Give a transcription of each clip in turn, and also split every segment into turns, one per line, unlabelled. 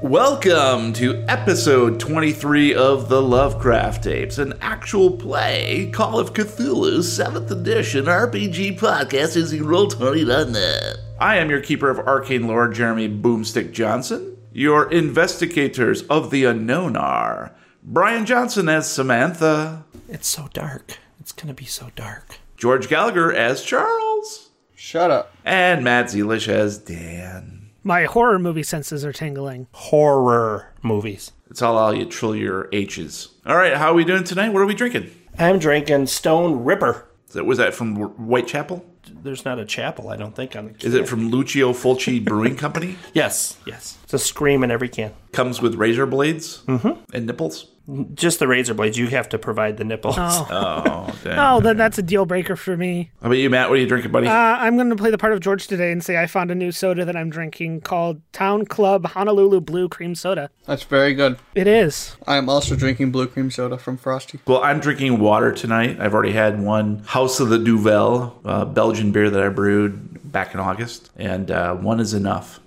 Welcome to episode 23 of the Lovecraft Tapes, an actual play Call of Cthulhu 7th edition RPG podcast using Roll20.net. I am your keeper of arcane lore, Jeremy Boomstick Johnson. Your investigators of the unknown are Brian Johnson as Samantha,
It's so dark. It's gonna be so dark.
George Gallagher as Charles,
Shut up.
and Matt Zelish as Dan.
My horror movie senses are tingling.
Horror movies.
It's all all you trill your H's. All right, how are we doing tonight? What are we drinking?
I'm drinking Stone Ripper.
So was that from Whitechapel?
There's not a chapel, I don't think, on the can.
Is it from Lucio Fulci Brewing Company?
Yes, yes. It's a scream in every can.
Comes with razor blades and nipples.
Just the razor blades. You have to provide the nipples.
Oh, dang.
Oh, then that's a deal breaker for me.
How about you, Matt? What are you drinking, buddy?
Uh, I'm going to play the part of George today and say I found a new soda that I'm drinking called Town Club Honolulu Blue Cream Soda.
That's very good.
It is.
I am also drinking blue cream soda from Frosty.
well, I'm drinking water tonight. I've already had one House of the Duvel uh, Belgian beer that I brewed back in August, and uh, one is enough.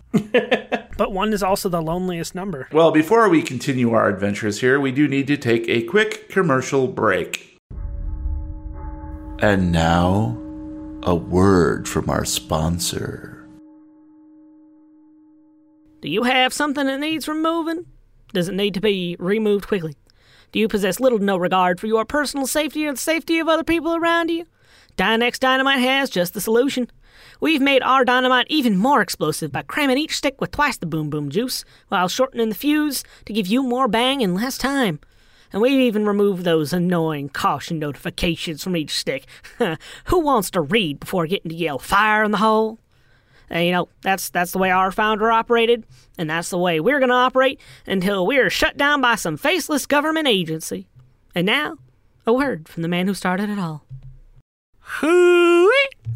But one is also the loneliest number.
Well, before we continue our adventures here, we do need to take a quick commercial break. And now, a word from our sponsor.
Do you have something that needs removing? Does it need to be removed quickly? Do you possess little to no regard for your personal safety or the safety of other people around you? Dynex Dynamite has just the solution. We've made our dynamite even more explosive by cramming each stick with twice the boom boom juice while shortening the fuse to give you more bang in less time. And we've even removed those annoying caution notifications from each stick. Who wants to read before getting to yell fire in the hole? And, you know, that's that's the way our founder operated, and that's the way we're going to operate until we are shut down by some faceless government agency. And now, a word from the man who started it all.
Hooey!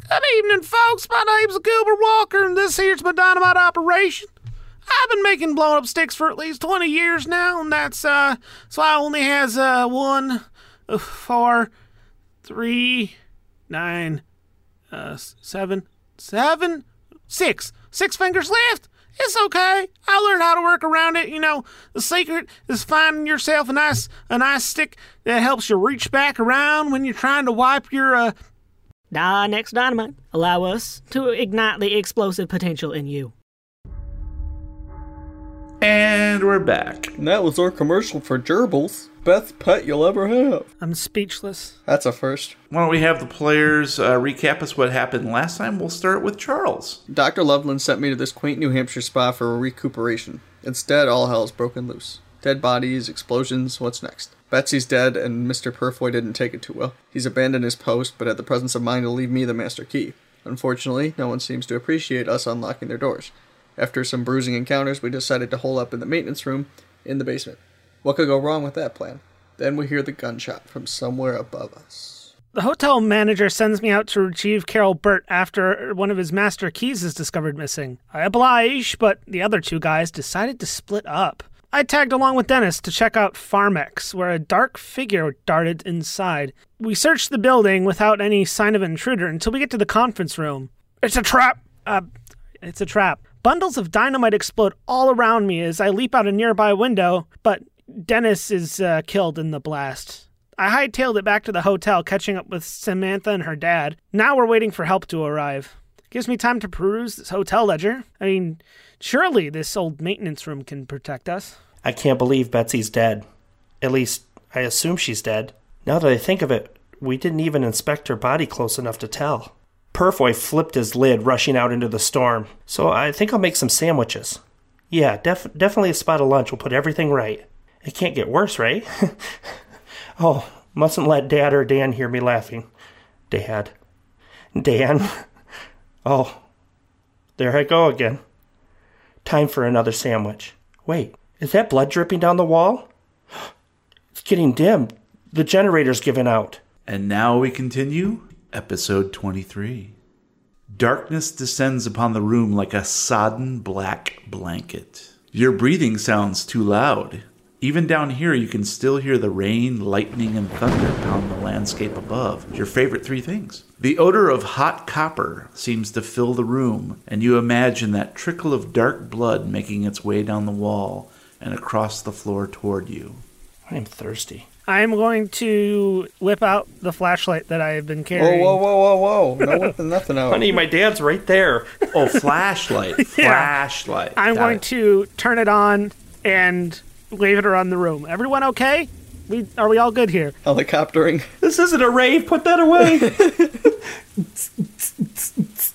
Good evening, folks. My name's Goober Walker, and this here's my dynamite operation. I've been making blown up sticks for at least 20 years now, and that's, uh, so I only has, uh, one, uh, four, three, nine, uh, s- seven, seven, six. Six fingers left. It's okay. I learned how to work around it. You know, the secret is finding yourself a nice, a nice stick that helps you reach back around when you're trying to wipe your, uh,
Dynex Dynamite, allow us to ignite the explosive potential in you.
And we're back.
And that was our commercial for gerbils. Best pet you'll ever have.
I'm speechless.
That's a first.
Why don't we have the players uh, recap us what happened last time? We'll start with Charles.
Dr. Loveland sent me to this quaint New Hampshire spa for recuperation. Instead, all hell's broken loose. Dead bodies, explosions, what's next? Betsy's dead, and Mr. Purfoy didn't take it too well. He's abandoned his post, but had the presence of mind to leave me the master key. Unfortunately, no one seems to appreciate us unlocking their doors. After some bruising encounters, we decided to hole up in the maintenance room in the basement. What could go wrong with that plan? Then we hear the gunshot from somewhere above us.
The hotel manager sends me out to retrieve Carol Burt after one of his master keys is discovered missing. I oblige, but the other two guys decided to split up. I tagged along with Dennis to check out Farmex, where a dark figure darted inside. We searched the building without any sign of intruder until we get to the conference room. It's a trap! Uh, it's a trap. Bundles of dynamite explode all around me as I leap out a nearby window, but Dennis is uh, killed in the blast. I hightailed it back to the hotel, catching up with Samantha and her dad. Now we're waiting for help to arrive. Gives me time to peruse this hotel ledger. I mean, surely this old maintenance room can protect us.
I can't believe Betsy's dead. At least, I assume she's dead. Now that I think of it, we didn't even inspect her body close enough to tell. Purfoy flipped his lid, rushing out into the storm. So I think I'll make some sandwiches. Yeah, def- definitely a spot of lunch will put everything right. It can't get worse, right? oh, mustn't let Dad or Dan hear me laughing. Dad. Dan. oh, there I go again. Time for another sandwich. Wait, is that blood dripping down the wall? It's getting dim. The generator's giving out.
And now we continue episode 23. Darkness descends upon the room like a sodden black blanket. Your breathing sounds too loud. Even down here, you can still hear the rain, lightning, and thunder pound the landscape above. Your favorite three things. The odor of hot copper seems to fill the room, and you imagine that trickle of dark blood making its way down the wall and across the floor toward you.
I am thirsty.
I'm going to whip out the flashlight that I have been
Whoa,
carrying.
whoa, whoa, whoa, whoa! No whipping nothing out.
Honey, my dad's right there.
Oh, flashlight. Flashlight.
I'm
Got
going
it.
to turn it on and wave it around the room. Everyone okay? We are we all good here?
Helicoptering.
This isn't a rave. Put that away.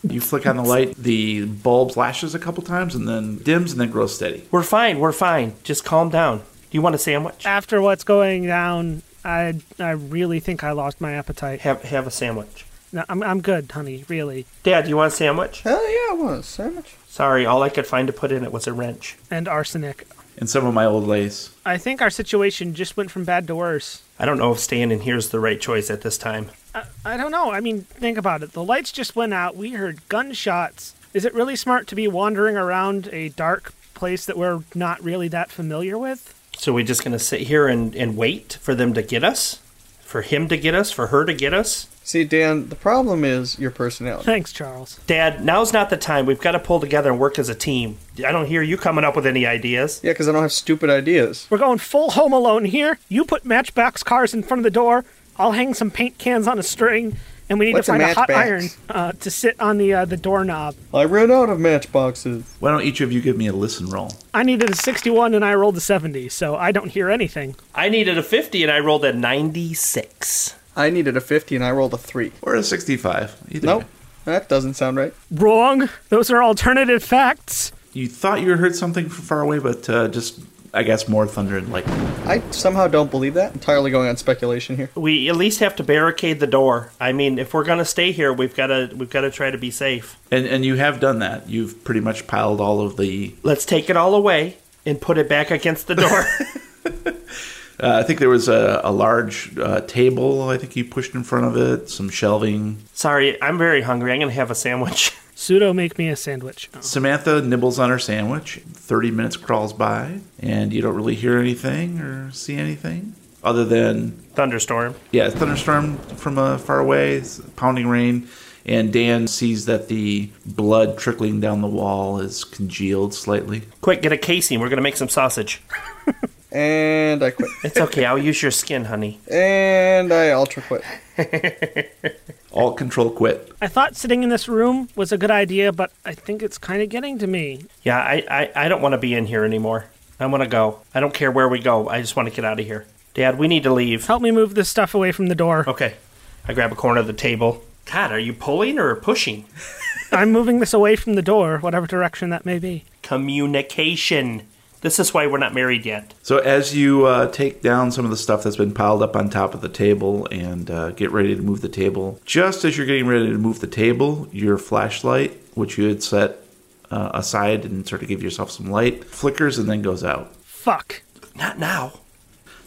You flick on the light, the bulb flashes a couple times and then dims and then grows steady.
we're fine. We're fine. Just calm down. Do you want a sandwich?
After what's going down, I I really think I lost my appetite.
Have have a sandwich.
No, I'm I'm good, honey. Really.
Dad, you want a sandwich?
Hell yeah, I want a sandwich.
Sorry, all I could find to put in it was a wrench.
And arsenic.
And some of my old lace.
I think our situation just went from bad to worse.
I don't know if staying in here is the right choice at this time.
I, I don't know. I mean, think about it. The lights just went out. We heard gunshots. Is it really smart to be wandering around a dark place that we're not really that familiar with?
So we're just gonna sit here and, and wait for them to get us? For him to get us? For her to get us?
See, Dan, the problem is your personality.
Thanks, Charles.
Dad, now's not the time. We've got to pull together and work as a team. I don't hear you coming up with any ideas.
Yeah, because I don't have stupid ideas.
We're going full home alone here. You put matchbox cars in front of the door. I'll hang some paint cans on a string, and we need
What's a
to find a, hot iron
matchbox?
uh, to sit on the uh, the doorknob.
I ran out of matchboxes.
Why don't each of you give me a listen roll?
I needed a 61, and I rolled a 70, so I don't hear anything.
I needed a 50 and I rolled a 96.
I needed a 50 and I rolled a 3.
Or a 65. Either
Nope.
way.
That doesn't sound right.
Wrong. Those are alternative facts.
You thought you heard something from far away, but uh, just, I guess, more thunder and lightning.
I somehow don't believe that. Entirely going on speculation here.
We at least have to barricade the door. I mean, if we're going to stay here, we've got to we've got to try to be safe.
And, and you have done that. You've pretty much piled all of the.
Let's take it all away and put it back against the door.
Uh, I think there was a, a large uh, table, I think you pushed in front of it, some shelving.
Sorry, I'm very hungry. I'm going to have a sandwich.
Pseudo make me a sandwich.
Oh. Samantha nibbles on her sandwich. 30 minutes crawls by, and you don't really hear anything or see anything other than,
Thunderstorm.
yeah, a thunderstorm from uh, far away, s- pounding rain. And Dan sees that the blood trickling down the wall is congealed slightly.
Quick, get a casing. We're going to make some sausage.
And I quit.
It's okay. I'll use your skin, honey.
and I ultra quit.
Alt control quit.
I thought sitting in this room was a good idea, but I think it's kind of getting to me.
Yeah, I, I, I don't want to be in here anymore. I want to go. I don't care where we go. I just want to get out of here. Dad, we need to leave.
Help me move this stuff away from the door.
Oh.
Okay. I grab a corner of the table. God, are you pulling or pushing?
I'm moving this away from the door, whatever direction that may be.
Communication. This is why we're not married yet.
So, as you uh, take down some of the stuff that's been piled up on top of the table and uh, get ready to move the table, just as you're getting ready to move the table, your flashlight, which you had set uh, aside and sort of give yourself some light, flickers and then goes out.
Fuck.
Not now.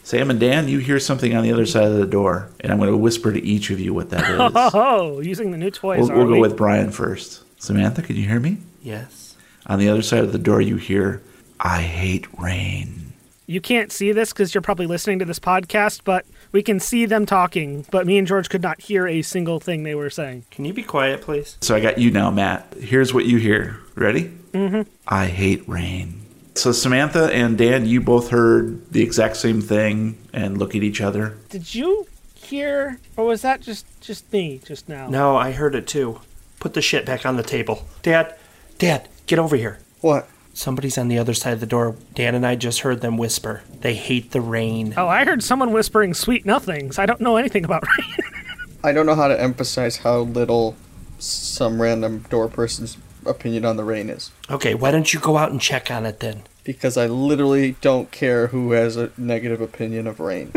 Sam and Dan, you hear something on the other side of the door, and I'm going to whisper to each of you what that is.
Oh, using the new toys.
we'll
are
we'll
we?
go with Brian first. Samantha, can you hear me?
Yes.
On the other side of the door, you hear, I hate rain.
You can't see this because you're probably listening to this podcast, but we can see them talking. But me and George could not hear a single thing they were saying.
Can you be quiet, please?
So I got you now, Matt. Here's what you hear. Ready? Mm-hmm. I hate rain. So Samantha and Dan, you both heard the exact same thing and look at each other.
Did you hear, or was that just just me just now?
No, I heard it too. Put the shit back on the table. Dad, Dad, get over here.
What?
Somebody's on the other side of the door. Dan and I just heard them whisper. They hate the rain.
Oh, I heard someone whispering "sweet nothings." I don't know anything about rain.
I don't know how to emphasize how little some random door person's opinion on the rain is.
Okay, why don't you go out and check on it then?
Because I literally don't care who has a negative opinion of rain.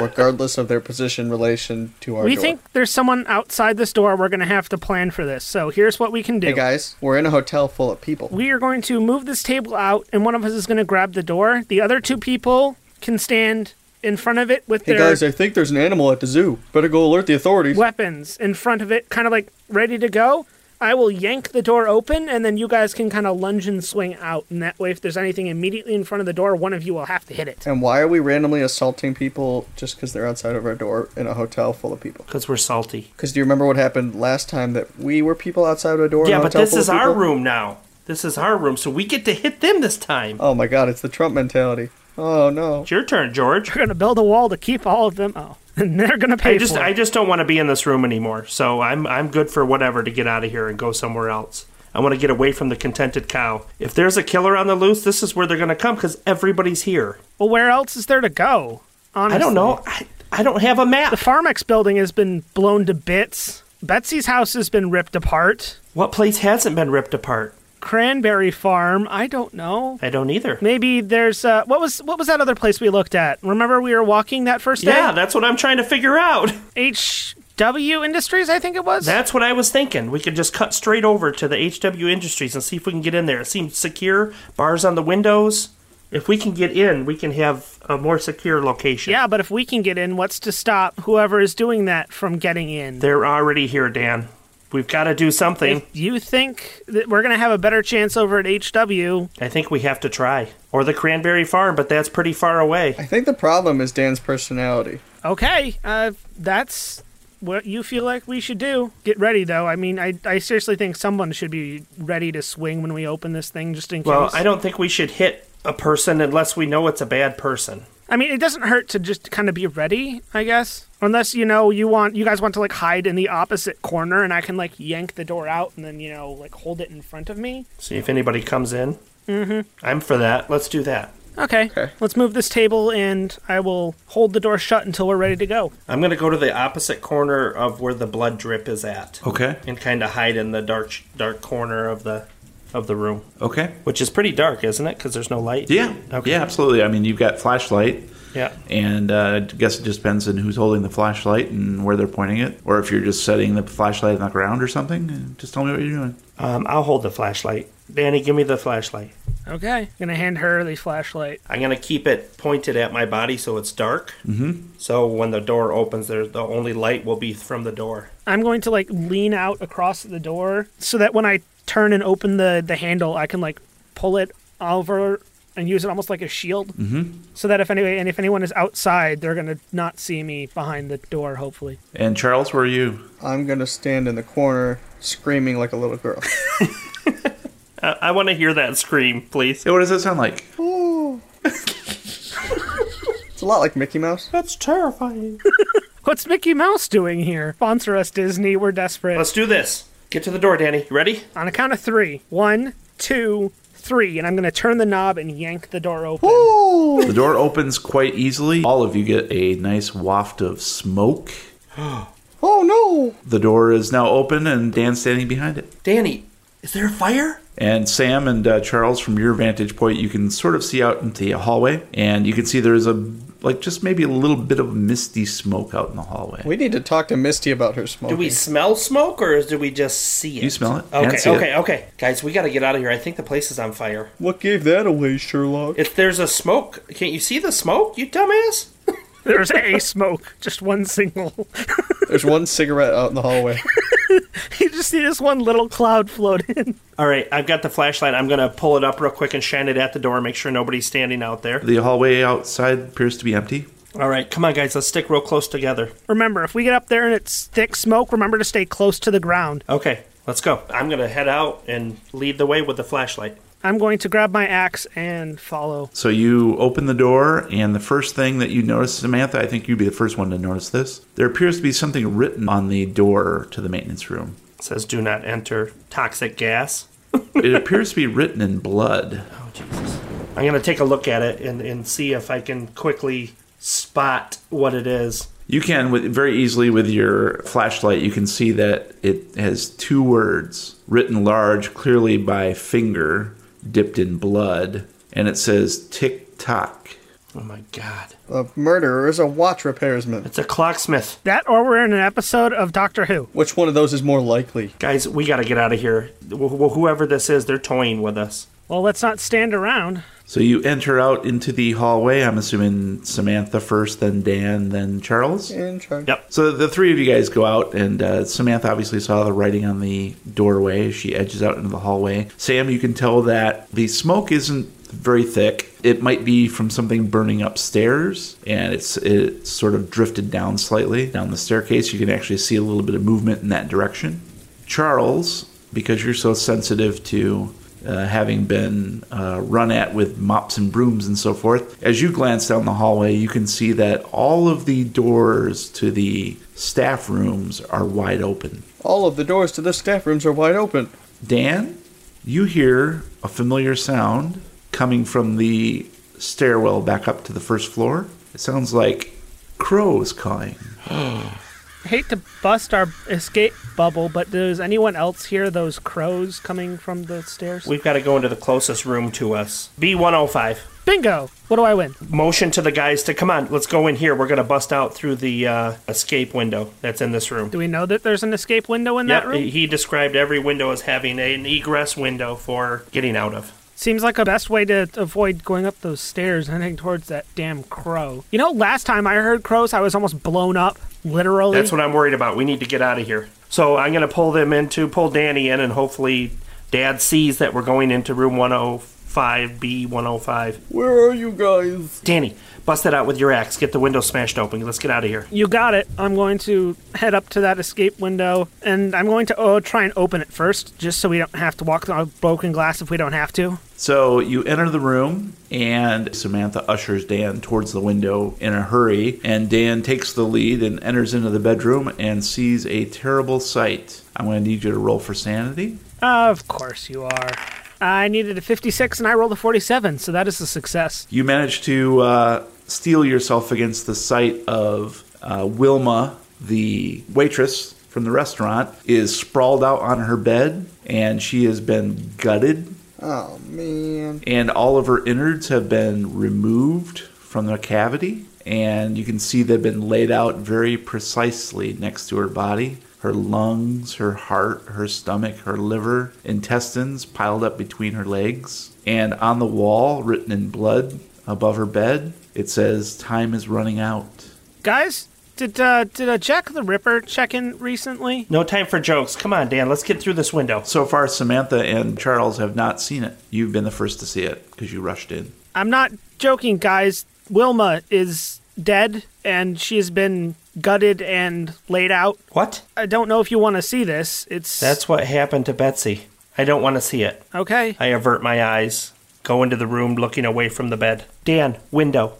regardless of their position relation to our
we
door.
think there's someone outside this door. We're gonna have to plan for this. So here's what we can do.
Hey guys, we're in a hotel full of people.
we are going to move this table out, and one of us is going to grab the door. The other two people can stand in front of it with
hey
their
guys, I think there's an animal at the zoo. Better go alert the authorities.
weapons in front of it, kind of like ready to go. I will yank the door open, and then you guys can kind of lunge and swing out. And that way, if there's anything immediately in front of the door, one of you will have to hit it.
And why are we randomly assaulting people just because they're outside of our door in a hotel full of people?
Because we're salty.
Because do you remember what happened last time that we were people outside of a door? in
yeah,
a
but
hotel
this
full of
is our
people?
room now. This is our room, so we get to hit them this time.
Oh my god, it's the Trump mentality. Oh no.
It's your turn, George.
We're gonna build a wall to keep all of them out, and they're gonna pay
I just
for
I
it.
just don't want to be in this room anymore. So I'm I'm good for whatever to get out of here and go somewhere else. I want to get away from the contented cow. If there's a killer on the loose, this is where they're going to come because everybody's here.
well, where else is there to go? Honestly,
I don't know. I, I don't have a
The
map.
Farmex building has been blown to bits. Betsy's house has been ripped apart.
What place hasn't been ripped apart?
Cranberry Farm. I don't know.
I don't either.
Maybe there's uh, what was what was that other place we looked at? Remember we were walking that first day?
Yeah, that's what I'm trying to figure out.
HW Industries, I think it was.
That's what I was thinking. We could just cut straight over to the HW Industries and see if we can get in there. It seems secure, bars on the windows. If we can get in, we can have a more secure location.
yeah, but if we can get in, what's to stop whoever is doing that from getting in?
They're already here, Dan. We've got to do something.
If you think that we're gonna have a better chance over at HW,
I think we have to try. Or the Cranberry Farm, but that's pretty far away.
I think the problem is Dan's personality.
okay, uh, that's what you feel like we should do. Get ready though. I mean, I I seriously think someone should be ready to swing when we open this thing, just in case.
Well, I don't think we should hit a person unless we know it's a bad person.
I mean, it doesn't hurt to just kind of be ready, I guess. Unless you know you want you guys want to like hide in the opposite corner, and I can like yank the door out and then you know like hold it in front of me.
See if anybody comes in. Mm-hmm. I'm for that. Let's do that.
Okay.
Okay.
Let's move this table, and I will hold the door shut until we're ready to go.
I'm going to go to the opposite corner of where the blood drip is at.
Okay.
and kind of hide in the dark dark corner of the of the room,
Okay.
which is pretty dark, isn't it? Because there's no light.
Yeah.
Okay.
Yeah, absolutely. I mean, you've got flashlight.
Yeah.
And uh, I guess it just depends on who's holding the flashlight and where they're pointing it, or if you're just setting the flashlight on the ground or something. Just tell me what you're doing.
Um, I'll hold the flashlight. Danny, give me the flashlight.
Okay. I'm gonna hand her the flashlight.
I'm gonna keep it pointed at my body so it's dark. Mm-hmm. So when the door opens, there the only light will be from the door.
I'm going to like lean out across the door so that when I turn and open the the handle, I can like pull it over and use it almost like a shield. Mm-hmm. So that if anyway, and if anyone is outside, they're gonna not see me behind the door. Hopefully,
And Charles, where are you?
I'm gonna stand in the corner screaming like a little girl.
I, I want to hear that scream, please.
Hey, what does that sound like?
It's a lot like Mickey Mouse.
That's terrifying.
what's Mickey Mouse doing here? Sponsor us, Disney. We're desperate.
Let's do this. Get to the door, Danny. You ready?
On a count of three. One, two, three. And I'm gonna turn the knob and yank the door open.
Oh,
The door opens quite easily. All of you get a nice waft of smoke.
Oh no!
The door is now open, and Dan's standing behind it.
Danny, is there a fire?
And Sam and uh, Charles, from your vantage point, you can sort of see out into the hallway, and you can see there is a like just maybe a little bit of misty smoke out in the hallway.
We need to talk to Misty about her
Do
smoking.
we smell smoke or do we just see it?
You smell it and
Okay,
see it.
okay, okay. Guys, we got to get out of here. I think the place is on fire.
What gave that away, Sherlock?
If there's a smoke, can't you see the smoke, you dumbass?
There's a smoke, just one single.
There's one cigarette out in the hallway.
you just see this one little cloud float in.
All right, I've got the flashlight. I'm going to pull it up real quick and shine it at the door, make sure nobody's standing out there.
The hallway outside appears to be empty.
All right, come on, guys. Let's stick real close together.
Remember, if we get up there and it's thick smoke, remember to stay close to the ground.
Okay, let's go. I'm going to head out and lead the way with the flashlight.
I'm going to grab my axe and follow.
So you open the door, and the first thing that you notice, Samantha, I think you'd be the first one to notice this. There appears to be something written on the door to the maintenance room.
It says, do not enter toxic gas.
It appears to be written in blood.
Oh, Jesus. I'm going to take a look at it and, and see if I can quickly spot what it is.
You can with very easily with your flashlight you can see that it has two words written large clearly by finger dipped in blood and it says tick tock.
Oh, my God.
The murderer is a watch repairsman.
It's a clocksmith.
That or we're in an episode of Doctor Who.
Which one of those is more likely?
Guys, we got to get out of here. Wh- wh- whoever this is, they're toying with us.
Well, let's not stand around.
So you enter out into the hallway. I'm assuming Samantha first, then Dan, then Charles.
In charge.
Yep.
So the three of you guys go out, and uh, Samantha obviously saw the writing on the doorway. as She edges out into the hallway. Sam, you can tell that the smoke isn't very thick. It might be from something burning upstairs, and it's it sort of drifted down slightly down the staircase. You can actually see a little bit of movement in that direction. Charles, because you're so sensitive to uh, having been uh, run at with mops and brooms and so forth. As you glance down the hallway, you can see that all of the doors to the staff rooms are wide open.
All of the doors to the staff rooms are wide open.
Dan, you hear a familiar sound coming from the stairwell back up to the first floor. It sounds like crows cawing.
I hate to bust our escape bubble, but does anyone else hear those crows coming from the stairs?
We've got to go into the closest room to us. B105.
Bingo! What do I win?
Motion to the guys to come on, let's go in here. We're going to bust out through the uh, escape window that's in this room.
Do we know that there's an escape window in that
Yep,
room?
he described every window as having an egress window for getting out of.
Seems like a best way to avoid going up those stairs and heading towards that damn crow. You know, last time I heard crows, I was almost blown up, literally.
That's what I'm worried about. We need to get out of here. So I'm going to pull them into, pull Danny in, and hopefully Dad sees that we're going into room 105, B105.
Where are you guys?
Danny, bust that out with your axe. Get the window smashed open. Let's get out of here.
you got it. I'm going to head up to that escape window, and I'm going to oh, try and open it first, just so we don't have to walk on broken glass if we don't have to.
So you enter the room, and Samantha ushers Dan towards the window in a hurry. And Dan takes the lead and enters into the bedroom and sees a terrible sight. I'm going to need you to roll for sanity.
Of course you are. I needed a 56 and I rolled a 47, so that is a success.
You manage to uh, steel yourself against the sight of uh, Wilma, the waitress from the restaurant, is sprawled out on her bed, and she has been gutted
Oh man.
and all of her innards have been removed from their cavity and you can see they've been laid out very precisely next to her body her lungs her heart her stomach her liver intestines piled up between her legs and on the wall written in blood above her bed it says time is running out
Guys, did uh, did uh, Jack the Ripper check in recently?
No time for jokes. Come on, Dan. Let's get through this window.
so far samantha and charles have not seen it you've been the first to see it because you rushed in
I'm not joking, guys. Wilma is dead and she has been gutted and laid out.
What?
I don't know if you want to see this. It's
That's what happened to Betsy. I don't want to see it.
okay.
I avert my eyes, go into the room looking away from the bed. Dan, window.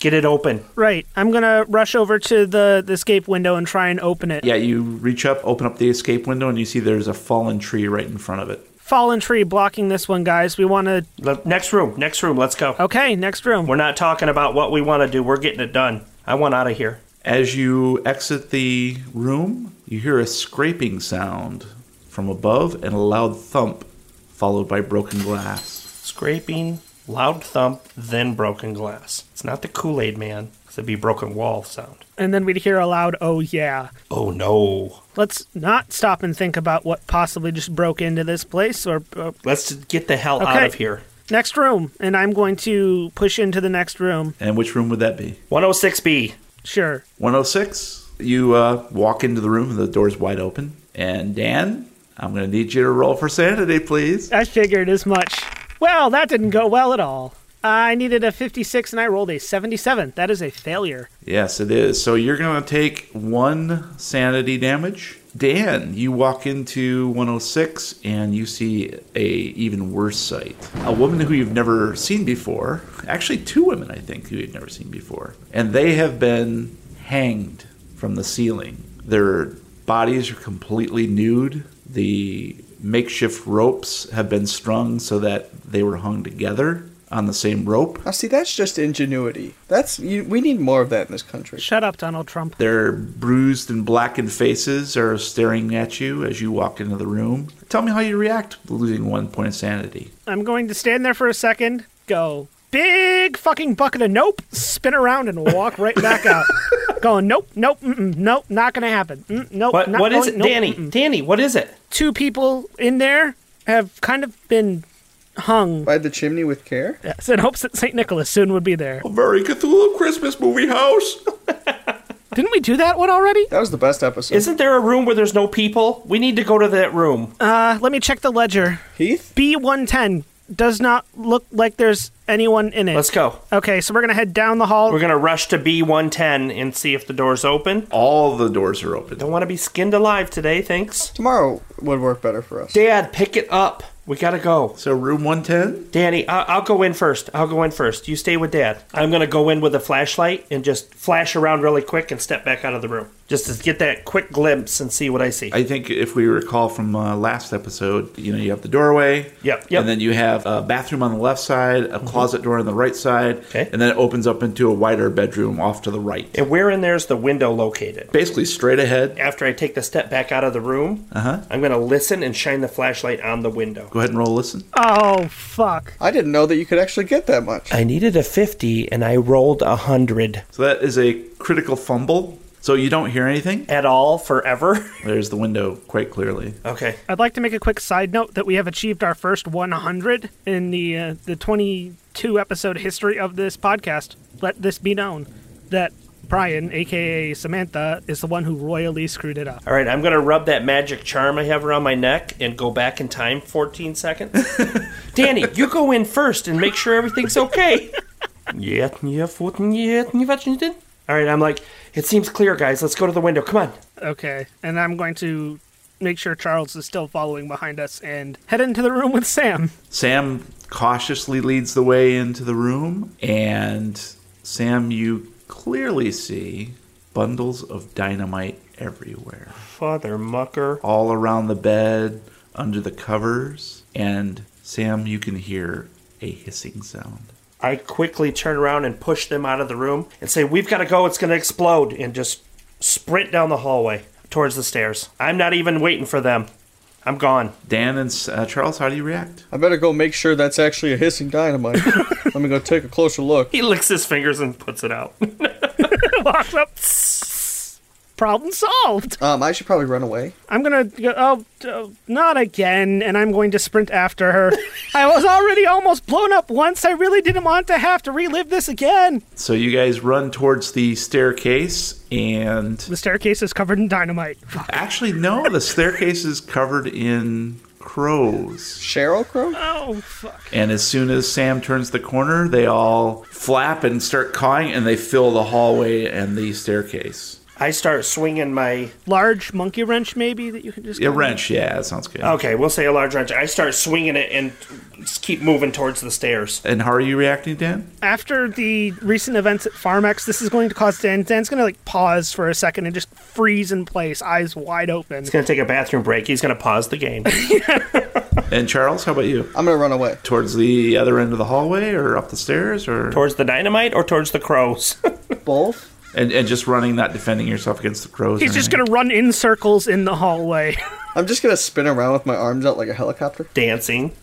Get it open.
Right. I'm going to rush over to the, the escape window and try and open it.
yeah you reach up open up the escape window and you see there's a fallen tree right in front of it
Fallen tree blocking this one, guys. We want to.
Le- next room. Next room. Let's go.
Okay, next room.
We're not talking about what we want to do. We're getting it done. I want out of here.
As you exit the room, you hear a scraping sound from above and a loud thump, followed by broken glass.
Scraping, loud thump, then broken glass. It's not the Kool Aid man, 'cause it'd be broken wall sound.
And then we'd hear a loud, oh yeah.
Oh no.
Let's not stop and think about what possibly just broke into this place or uh,
Let's get the hell out
Okay.
of here.
next room. And I'm going to push into the next room.
And which room would that be?
106B.
Sure.
106. You uh, walk into the room, the door's wide open. And Dan, I'm going to need you to roll for sanity, please.
I figured as much. Well, that didn't go well at all. I needed a 56 and I rolled a 77. That is a failure.
Yes, it is. So you're going to take one sanity damage. Dan, you walk into 106 and you see a even worse sight. A woman who you've never seen before, actually two women I think who you've never seen before, and they have been hanged from the ceiling. Their bodies are completely nude. The makeshift ropes have been strung so that they were hung together on the same rope.
Now see, that's just ingenuity. That's you, we need more of that in this country.
Shut up, Donald Trump.
Their bruised and blackened faces are staring at you as you walk into the room. Tell me how you react, losing one point of sanity.
I'm going to stand there for a second, go big fucking bucket of nope, spin around and walk right back out. Going, nope, nope, mm-mm, nope, not going to happen. Mm, nope,
What,
not
what is
going-
it?
nope,
Danny,
mm-mm."
Danny, what is it?
two people in there have kind of been hung
By the chimney with care.
yes, in hopes that St. Nicholas soon would be there.
A very Cthulhu Christmas movie house.
Didn't we do that one already?
That was the best episode.
Isn't there a room where there's no people? We need to go to that room.
Uh, let me check the ledger.
Heath?
B110 does not look like there's anyone in it.
Let's go.
Okay, so we're going to head down the hall.
We're going to rush to B110 and see if the door's open.
All the doors are open.
Don't want to be skinned alive today, thanks.
Tomorrow would work better for us.
Dad, pick it up. We gotta go.
So room 110?
Danny, I- I'll go in first. I'll go in first. You stay with Dad. I'm gonna go in with a flashlight and just flash around really quick and step back out of the room. Just to get that quick glimpse and see what I see.
I think if we recall from uh, last episode, you know, you have the doorway.
Yep, yep.
And then you have a bathroom on the left side, a closet door on the right side.
Okay.
And then it opens up into a wider bedroom off to the right.
and where in there is the window located?
Basically straight ahead.
After I take the step back out of the room, uh-huh. I'm gonna listen and shine the flashlight on the window.
Go ahead and roll a listen.
Oh, fuck.
I didn't know that you could actually get that much.
I needed a 50 and I rolled a 100.
So that is a critical fumble. So you don't hear anything.
At all, forever?
There's the window quite clearly.
okay.
I'd like to make a quick side note that we have achieved our first 100 in the uh, the 22 episode history of this podcast. Let this be known that Brian, aka Samantha, is the one who royally screwed it up.
All right, I'm going to rub that magic charm I have around my neck and go back in time 14 seconds. Danny, you go in first and make sure everything's okay. Yeah, yeah, 14, yeah, yeah, 14. All right, I'm like, it seems clear, guys. Let's go to the window. Come on.
Okay, and I'm going to make sure Charles is still following behind us and head into the room with Sam.
Sam cautiously leads the way into the room, and Sam, you clearly see bundles of dynamite everywhere,
Father Mucker.
all around the bed, under the covers, and Sam, you can hear a hissing sound.
I quickly turn around and push them out of the room and say, We've got to go. It's going to explode. And just sprint down the hallway towards the stairs. I'm not even waiting for them. I'm gone.
Dan and uh, Charles, how do you react?
I better go make sure that's actually a hissing dynamite. Let me go take a closer look.
He licks his fingers and puts it out.
Walks up. Problem solved.
Um, I should probably run away.
I'm gonna go. Oh, oh, not again! And I'm going to sprint after her. I was already almost blown up once. I really didn't want to have to relive this again.
So you guys run towards the staircase, and
The staircase is covered in dynamite.
actually, no, the staircase is covered in crows.
Cheryl Crow?
Oh, fuck.
And as soon as Sam turns the corner, they all flap and start cawing and they fill the hallway and the staircase.
I start swinging my.
Large monkey wrench, maybe that you can just.
A wrench, yeah, that sounds good.
Okay, we'll say a large wrench. I start swinging it and just keep moving towards the stairs.
And how are you reacting, Dan?
After the recent events at Farmex, this is going to cause Dan. Dan's going to like pause for a second and just freeze in place, eyes wide open.
He's gonna take a bathroom break. He's gonna pause the game.
And Charles, how about you?
I'm gonna run away.
Towards the other end of the hallway or up the stairs or
towards the dynamite or towards the crows?
Both?
and, and just running, not defending yourself against the crows.
He's
or
just
anything?
going to run in circles in the hallway.
I'm just gonna spin around with my arms out like a helicopter.
Dancing.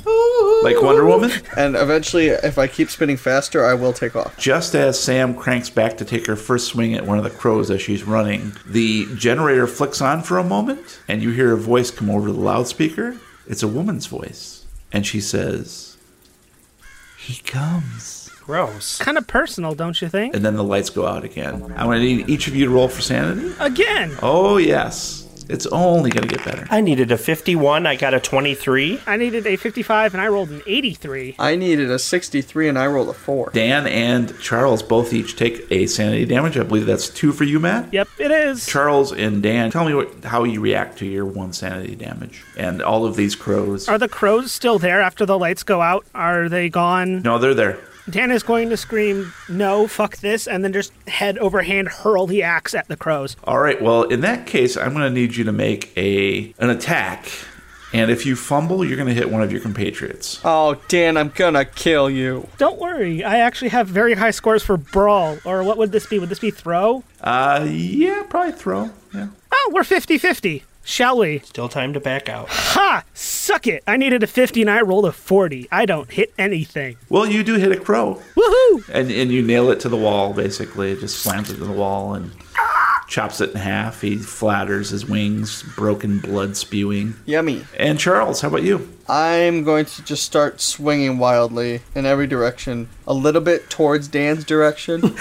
like Wonder Woman.
And eventually, if I keep spinning faster, I will take off.
Just as Sam cranks back to take her first swing at one of the crows as she's running, the generator flicks on for a moment, and you hear a voice come over the loudspeaker. It's a woman's voice, and she says, He comes.
Gross.
kind of personal, don't you think?
And then the lights go out again. I'm going to need each of you to roll for sanity.
Again,
Oh, yes. It's only going to get better.
I needed a 51. I got a 23.
I needed a 55 and I rolled an 83.
I needed a 63 and I rolled a 4.
Dan and Charles both each take a sanity damage. I believe that's two for you, Matt.
Yep, it is.
Charles and Dan, tell me what, how you react to your one sanity damage and all of these crows.
Are the crows still there after the lights go out? Are they gone?
No, they're there.
Dan is going to scream, no, fuck this, and then just head over hand hurl the axe at the crows.
All right. Well, in that case, I'm going to need you to make a an attack, and if you fumble, you're going to hit one of your compatriots.
Oh, Dan, I'm gonna kill you.
Don't worry, I actually have very high scores for brawl, or what would this be? Would this be throw?
Uh, yeah, probably throw. Yeah.
Oh, we're 50 50. Shall we?
Still time to back out.
Ha! Suck it! I needed a 50 and I rolled a 40. I don't hit anything.
Well, you do hit a crow,
Woohoo!
and and you nail it to the wall. Basically, it just slams it to the wall and chops it in half. He flatters his wings, broken blood spewing.
Yummy.
And Charles, how about you?
I'm going to just start swinging wildly in every direction, a little bit towards Dan's direction.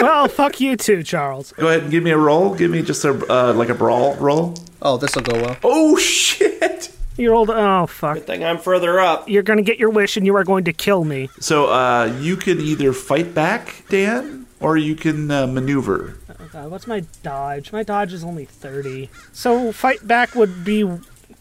well, fuck you too, Charles.
Go ahead and give me a roll. Give me just a uh, like a brawl roll.
oh, this'll go well.
Oh shit!
You rolled. Oh, fuck.
Good thing I'm further up.
You're gonna get your wish and you are going to kill me.
So uh, you can either fight back, Dan, or you can uh, maneuver.
Oh, God, what's my dodge? My dodge is only 30. So fight back would be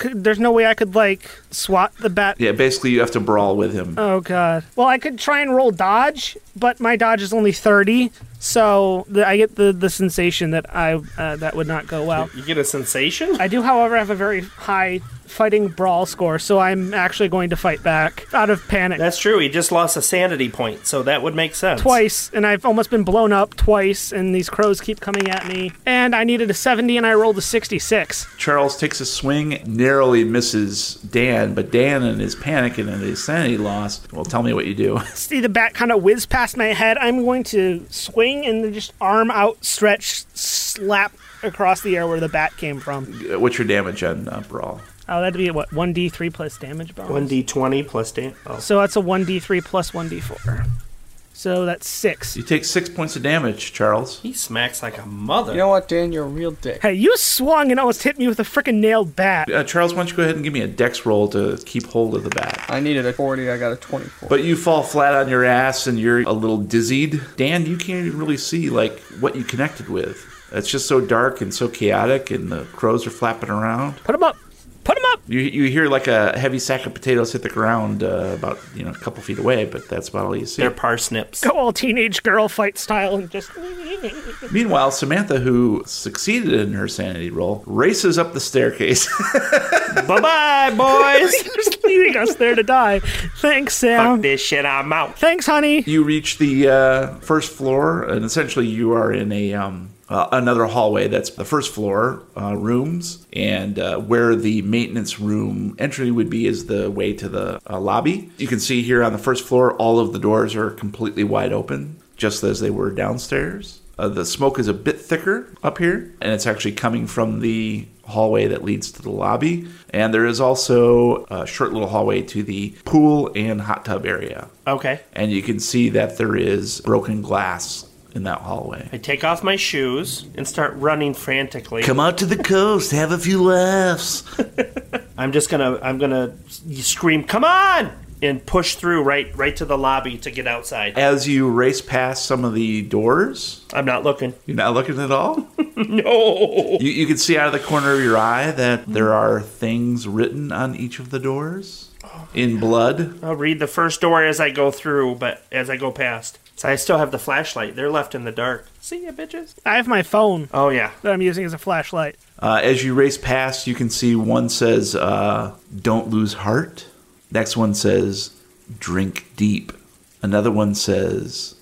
c- there's no way I could like swat the bat.
Yeah, basically you have to brawl with him.
Oh god. Well, I could try and roll dodge, but my dodge is only 30, so the, I get the the sensation that I uh, that would not go well.
You get a sensation?
I do, however, have a very high fighting brawl score, so I'm actually going to fight back out of panic
That's true. He just lost a sanity point, so that would make sense.
twice, and I've almost been blown up twice, and these crows keep coming at me. And I needed a 70, and I rolled a 66.
Charles takes a swing, narrowly misses Dan, but Dan in his panic and in his sanity loss, well, tell me what you do.
See the bat kind of whiz past my head. I'm going to swing and then just arm outstretched, slap across the air where the bat came from.
What's your damage on uh, brawl?
Oh, that'd be what 1d3 plus damage bonus.
1d20 plus damage. Oh.
So that's a 1d3 plus 1d4. So that's six.
You take six points of damage, Charles.
He smacks like a mother.
You know what, Dan? You're a real dick.
Hey, you swung and almost hit me with a freaking nailed bat.
Uh, Charles, why don't you go ahead and give me a dex roll to keep hold of the bat?
I needed a 40. I got a 24.
But you fall flat on your ass and you're a little dizzied. Dan, you can't even really see like what you connected with. It's just so dark and so chaotic, and the crows are flapping around.
Put him up. Put him up.
You, you hear like a heavy sack of potatoes hit the ground uh, about you know a couple feet away, but that's about all you see.
They're parsnips.
Go all teenage girl fight style and just.
Meanwhile, Samantha, who succeeded in her sanity roll, races up the staircase.
bye bye, boys.
just leaving us there to die. Thanks,
Fuck
Sam.
this shit. I'm out.
Thanks, honey.
you reach the uh, first floor, and essentially you are in a um, uh, another hallway. That's the first floor uh, rooms, and uh, where the maintenance room entry would be is the way to the uh, lobby. You can see here on the first floor, all of the doors are completely wide open, just as they were downstairs. Uh, the smoke is a bit thicker up here, and it's actually coming from the hallway that leads to the lobby. And there is also a short little hallway to the pool and hot tub area
Okay.
and you can see that there is broken glass in that hallway.
I take off my shoes and start running frantically.
Come out to the coast, have a few laughs.
I'm just gonna I'm gonna s- scream, "Come on!" and push through right right to the lobby to get outside.
As you race past some of the doors,
I'm not looking.
you're not looking at all.
No.
you, you can see out of the corner of your eye that there are things written on each of the doors in blood.
I'll read the first door as I go through, but as I go past. So I still have the flashlight. They're left in the dark. See ya, bitches.
I have my phone
Oh yeah.
that I'm using as a flashlight.
Uh, as you race past, you can see one says, uh, Don't lose heart. Next one says, Drink deep. Another one says,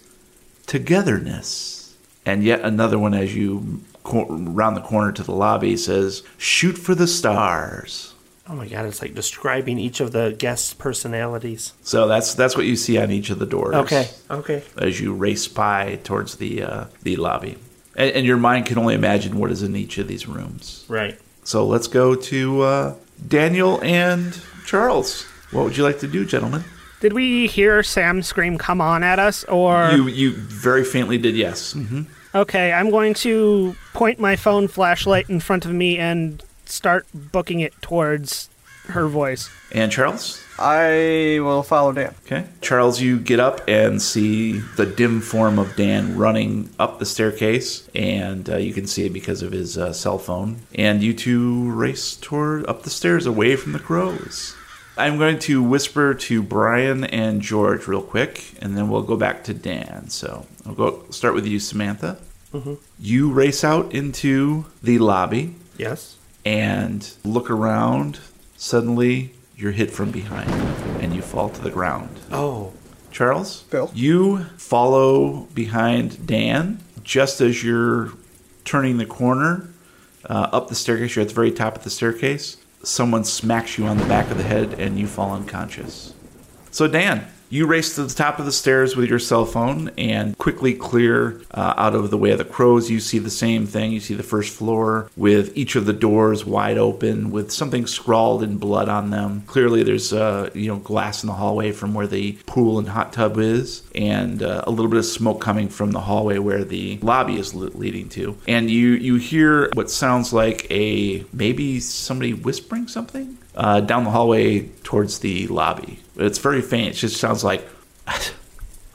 Togetherness. And yet another one, as you cor- round the corner to the lobby, says, Shoot for the stars.
Oh my god, it's like describing each of the guests' personalities.
So that's that's what you see on each of the doors.
Okay. Okay.
As you race by towards the uh, the lobby, and, and your mind can only imagine what is in each of these rooms.
Right.
So let's go to uh, Daniel and Charles. What would you like to do, gentlemen?
Did we hear Sam scream "Come on" at us? Or
You you very faintly did yes.
okay, I'm going to point my phone flashlight in front of me and start booking it towards her voice.
And Charles,
I will follow Dan.
okay. Charles, you get up and see the dim form of Dan running up the staircase, and uh, you can see it because of his uh, cell phone. And you two race toward up the stairs, away from the crows. I'm going to whisper to Brian and George real quick, and then we'll go back to Dan. So I'll go start with you, Samantha. You race out into the lobby
Yes.
and look around. Suddenly, you're hit from behind and you fall to the ground.
Oh.
Charles?
Bill.
You follow behind Dan just as you're turning the corner uh, up the staircase. You're at the very top of the staircase. Someone smacks you on the back of the head and you fall unconscious. So, Dan, you race to the top of the stairs with your cell phone and quickly clear uh, out of the way of the crows. You see the same thing. You see the first floor with each of the doors wide open with something scrawled in blood on them. Clearly, there's uh, you know glass in the hallway from where the pool and hot tub is, and uh, a little bit of smoke coming from the hallway where the lobby is le- leading to. And you you hear what sounds like a maybe somebody whispering something uh, down the hallway towards the lobby. It's very faint. It just sounds like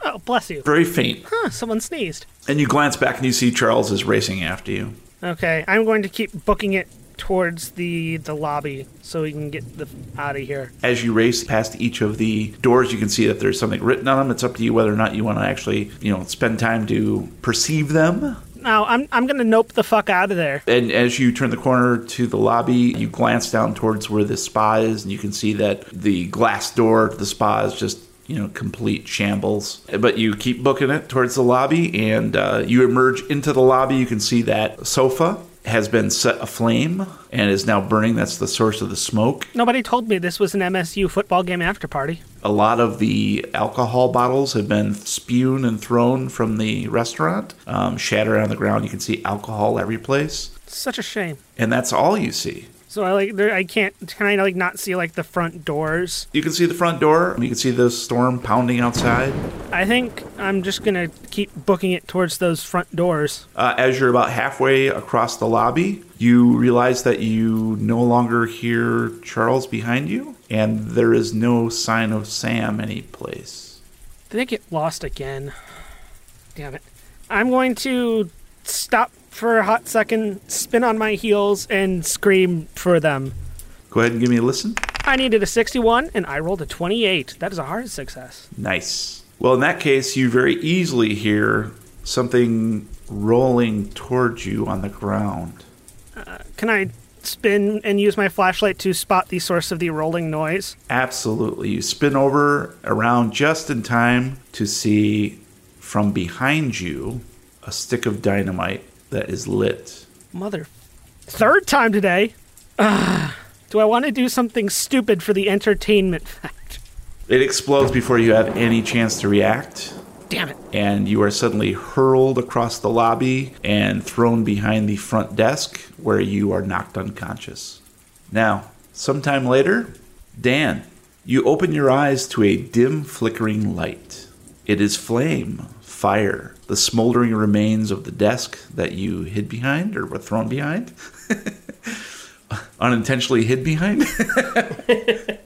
Oh, bless you.
very faint.
Huh, someone sneezed.
And you glance back and you see Charles is racing after you.
Okay, I'm going to keep booking it towards the the lobby so we can get the out of here.
As you race past each of the doors, you can see that there's something written on them. It's up to you whether or not you want to actually, you know, spend time to perceive them.
No, I'm I'm gonna nope the fuck out of there.
And as you turn the corner to the lobby, you glance down towards where the spa is, and you can see that the glass door to the spa is just, you know, complete shambles. But you keep booking it towards the lobby, and uh, you emerge into the lobby. You can see that sofa has been set aflame and is now burning. That's the source of the smoke.
Nobody told me this was an MSU football game after party.
A lot of the alcohol bottles have been spewn and thrown from the restaurant, um, shattered on the ground. You can see alcohol every place.
Such a shame.
And that's all you see.
So I like there I can't can I like not see like the front doors.
You can see the front door. You can see the storm pounding outside.
I think I'm just gonna keep booking it towards those front doors.
Uh, as you're about halfway across the lobby, you realize that you no longer hear Charles behind you, and there is no sign of Sam anyplace.
Did they get lost again? Damn it. I'm going to stop for a hot second, spin on my heels, and scream for them.
Go ahead and give me a listen.
I needed a 61, and I rolled a 28. That is a hard success.
Nice. Well, in that case, you very easily hear something rolling towards you on the ground.
Can I spin and use my flashlight to spot the source of the rolling noise?
Absolutely. You spin over around just in time to see from behind you a stick of dynamite that is lit.
Mother. Third time today. Ugh. Do I want to do something stupid for the entertainment fact?
It explodes before you have any chance to react,
Damn it.
and you are suddenly hurled across the lobby and thrown behind the front desk where you are knocked unconscious. Now, sometime later, Dan, you open your eyes to a dim flickering light. It is flame, fire, the smoldering remains of the desk that you hid behind or were thrown behind. Unintentionally hid behind?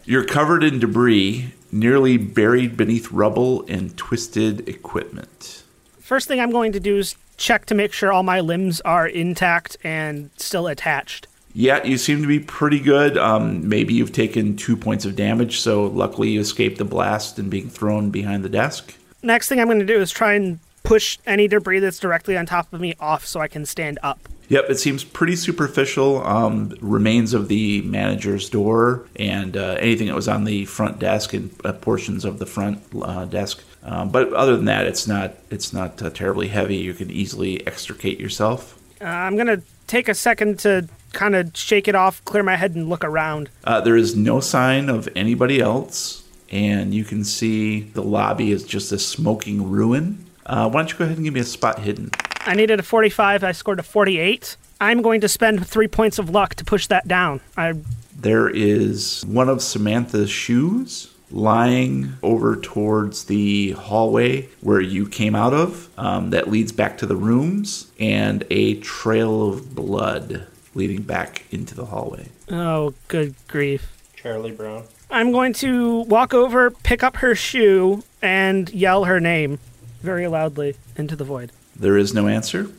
You're covered in debris, nearly buried beneath rubble and twisted equipment.
First thing I'm going to do is check to make sure all my limbs are intact and still attached.
Yeah, you seem to be pretty good. Um, maybe you've taken two points of damage, so luckily you escaped the blast and being thrown behind the desk.
Next thing I'm going to do is try and push any debris that's directly on top of me off so I can stand up.
Yep, it seems pretty superficial. Um, remains of the manager's door and uh, anything that was on the front desk and uh, portions of the front uh, desk. Um, but other than that, it's not it's not uh, terribly heavy. You can easily extricate yourself.
Uh, I'm going to take a second to kind of shake it off, clear my head, and look around.
Uh, there is no sign of anybody else, and you can see the lobby is just a smoking ruin. Uh, why don't you go ahead and give me a spot hidden?
I needed a 45, I scored a 48. I'm going to spend three points of luck to push that down. I
There is one of Samantha's shoes lying over towards the hallway where you came out of, um, that leads back to the rooms, and a trail of blood leading back into the hallway.
Oh, good grief.
Charlie Brown.
I'm going to walk over, pick up her shoe, and yell her name very loudly into the void.
There is no answer.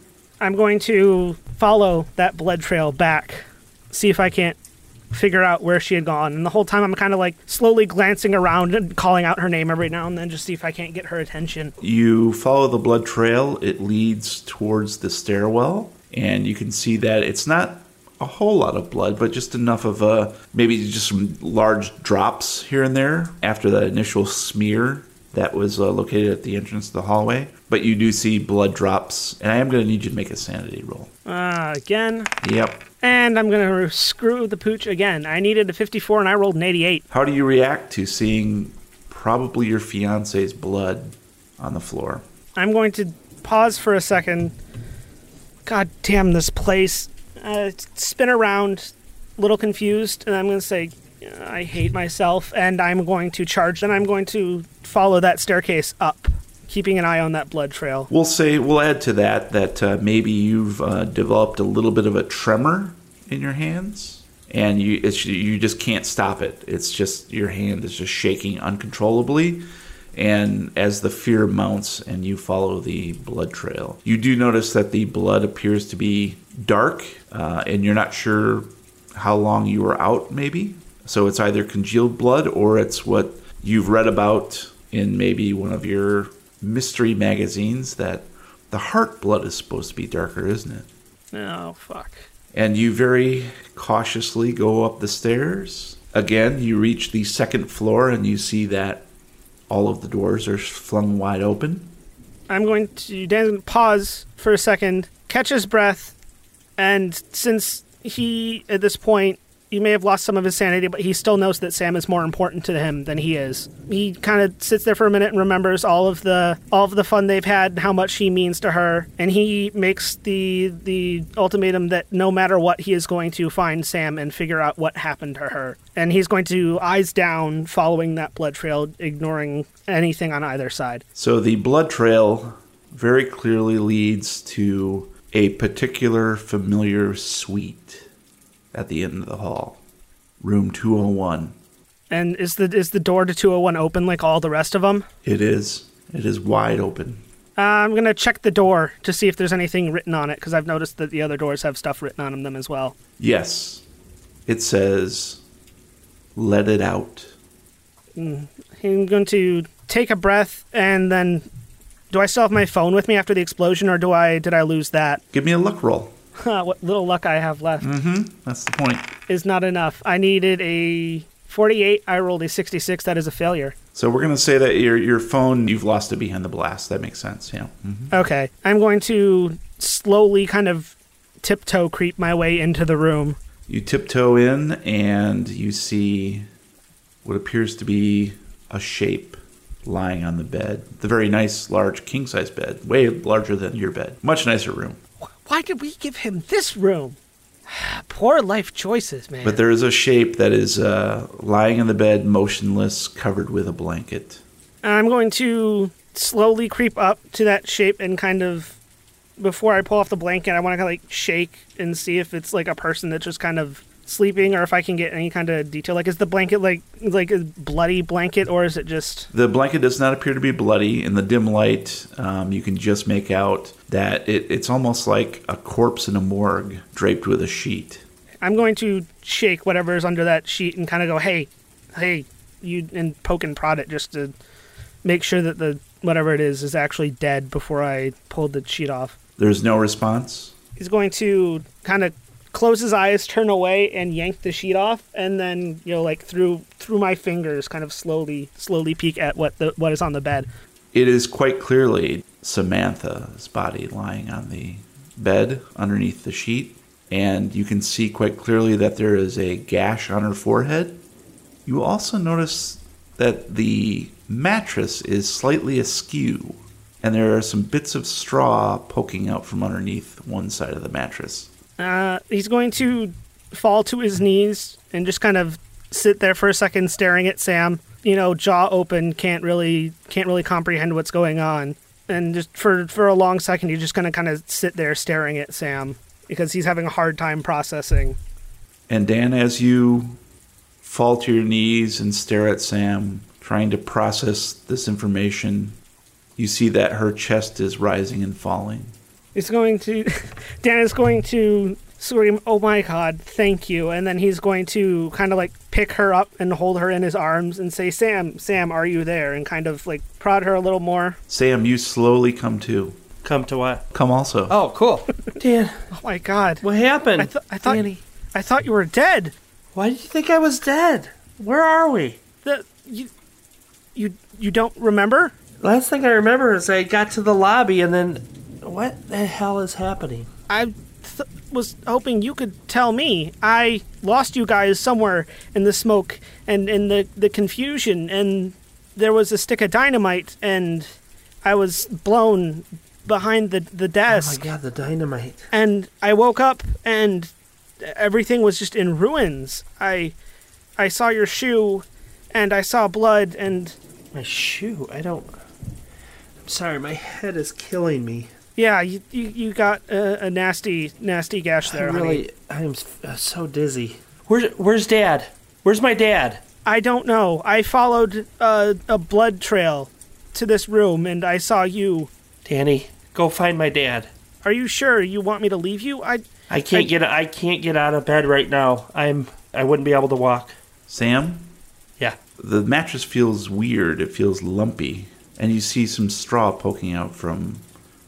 I'm going to follow that blood trail back, see if I can't figure out where she had gone. And the whole time I'm kind of like slowly glancing around and calling out her name every now and then just see if I can't get her attention.
You follow the blood trail, it leads towards the stairwell, and you can see that it's not a whole lot of blood, but just enough of a maybe just some large drops here and there after the initial smear that was uh, located at the entrance to the hallway. But you do see blood drops, and I am going to need you to make a sanity roll.
Uh, again.
Yep.
And I'm going to screw the pooch again. I needed a 54 and I rolled an 88.
How do you react to seeing probably your fiance's blood on the floor?
I'm going to pause for a second. God damn this place. Uh, spin around, little confused, and I'm going to say, I hate myself, and I'm going to charge. Then I'm going to follow that staircase up, keeping an eye on that blood trail.
We'll say we'll add to that that uh, maybe you've uh, developed a little bit of a tremor in your hands, and you it's, you just can't stop it. It's just your hand is just shaking uncontrollably, and as the fear mounts and you follow the blood trail, you do notice that the blood appears to be dark, uh, and you're not sure how long you were out, maybe. So it's either congealed blood or it's what you've read about in maybe one of your mystery magazines that the heart blood is supposed to be darker, isn't it?
Oh, fuck.
And you very cautiously go up the stairs. Again, you reach the second floor and you see that all of the doors are flung wide open.
I'm going to Dan's going to pause for a second, catch his breath, and since he at this point he may have lost some of his sanity, but he still knows that Sam is more important to him than he is. He kind of sits there for a minute and remembers all of the all of the fun they've had and how much he means to her, and he makes the the ultimatum that no matter what he is going to find Sam and figure out what happened to her. And he's going to eyes down following that blood trail, ignoring anything on either side.
So the blood trail very clearly leads to a particular familiar suite at the end of the hall. Room 201.
And is the is the door to 201 open like all the rest of them?
It is. It is wide open.
Uh, I'm gonna check the door to see if there's anything written on it because I've noticed that the other doors have stuff written on them as well.
Yes. It says, let it out.
I'm going to take a breath and then. Do I still have my phone with me after the explosion, or do I did I lose that?
Give me a luck roll.
what little luck I have left
Mm. Mm-hmm. That's the point.
is not enough. I needed a 48. I rolled a 66. That is a failure.
So we're going to say that your, your phone, you've lost it behind the blast. That makes sense. Yeah. Mhm.
Okay. I'm going to slowly kind of tiptoe creep my way into the room.
You tiptoe in and you see what appears to be a shape lying on the bed. The very nice, large, king size bed, way larger than your bed. Much nicer room.
Why did we give him this room? Poor life choices, man.
But there is a shape that is uh, lying in the bed, motionless, covered with a blanket.
I'm going to slowly creep up to that shape and kind of before I pull off the blanket, I want to like shake and see if it's like a person that's just kind of sleeping or if I can get any kind of detail. Like, is the blanket like like a bloody blanket or is it just
The blanket does not appear to be bloody. In the dim light, um, you can just make out that it, it's almost like a corpse in a morgue draped with a sheet.
I'm going to shake whatever is under that sheet and kind of go, hey, hey, you, and poke and prod it just to make sure that the whatever it is is actually dead before I pulled the sheet off.
There's no response.
He's going to kind of close his eyes, turn away, and yank the sheet off, and then you know, like through through my fingers, kind of slowly, slowly peek at what the what is on the bed.
It is quite clearly Samantha's body lying on the bed underneath the sheet, and you can see quite clearly that there is a gash on her forehead. You also notice that the mattress is slightly askew, and there are some bits of straw poking out from underneath one side of the mattress.
Uh, he's going to fall to his knees and just kind of sit there for a second, staring at Sam. You know, jaw open, can't really can't really comprehend what's going on, and just for for a long second, he's just going to kind of sit there staring at Sam because he's having a hard time processing.
And Dan, as you fall to your knees and stare at Sam, trying to process this information, you see that her chest is rising and falling.
He's going to. Dan is going to scream, "Oh my god, thank you!" And then he's going to kind of like pick her up and hold her in his arms and say, "Sam, Sam, are you there?" And kind of like prod her a little more.
Sam, you slowly come to.
Come to what?
Come also.
Oh, cool.
Dan,
Oh my god,
what happened?
I, th- I thought
Danny,
I thought you were dead.
why did you think I was dead? Where are we?
The, you, you, you don't remember?
Last thing I remember is I got to the lobby and then what the hell is happening?
I th- was hoping you could tell me. I lost you guys somewhere in the smoke and in the, the confusion, and there was a stick of dynamite, and I was blown behind the, the
Oh my
desk,
god, the dynamite.
and I woke up, and everything was just in ruins. I, I saw your shoe, and I saw blood, and
My shoe. I don't I'm sorry, my head is killing me.
yeah, you, you, you got a, a nasty, nasty gash there,
I
honey.
really I am s- uh, so dizzy. Where's where's dad? Where's my dad?
I don't know. I followed a, a blood trail to this room and I saw you.
Danny, go find my dad.
Are you sure you want me to leave you? I
I can't get I can't get out of bed right now. I'm I wouldn't be able to walk.
Sam,
Yeah.
the mattress feels weird. It feels lumpy, and you see some straw poking out from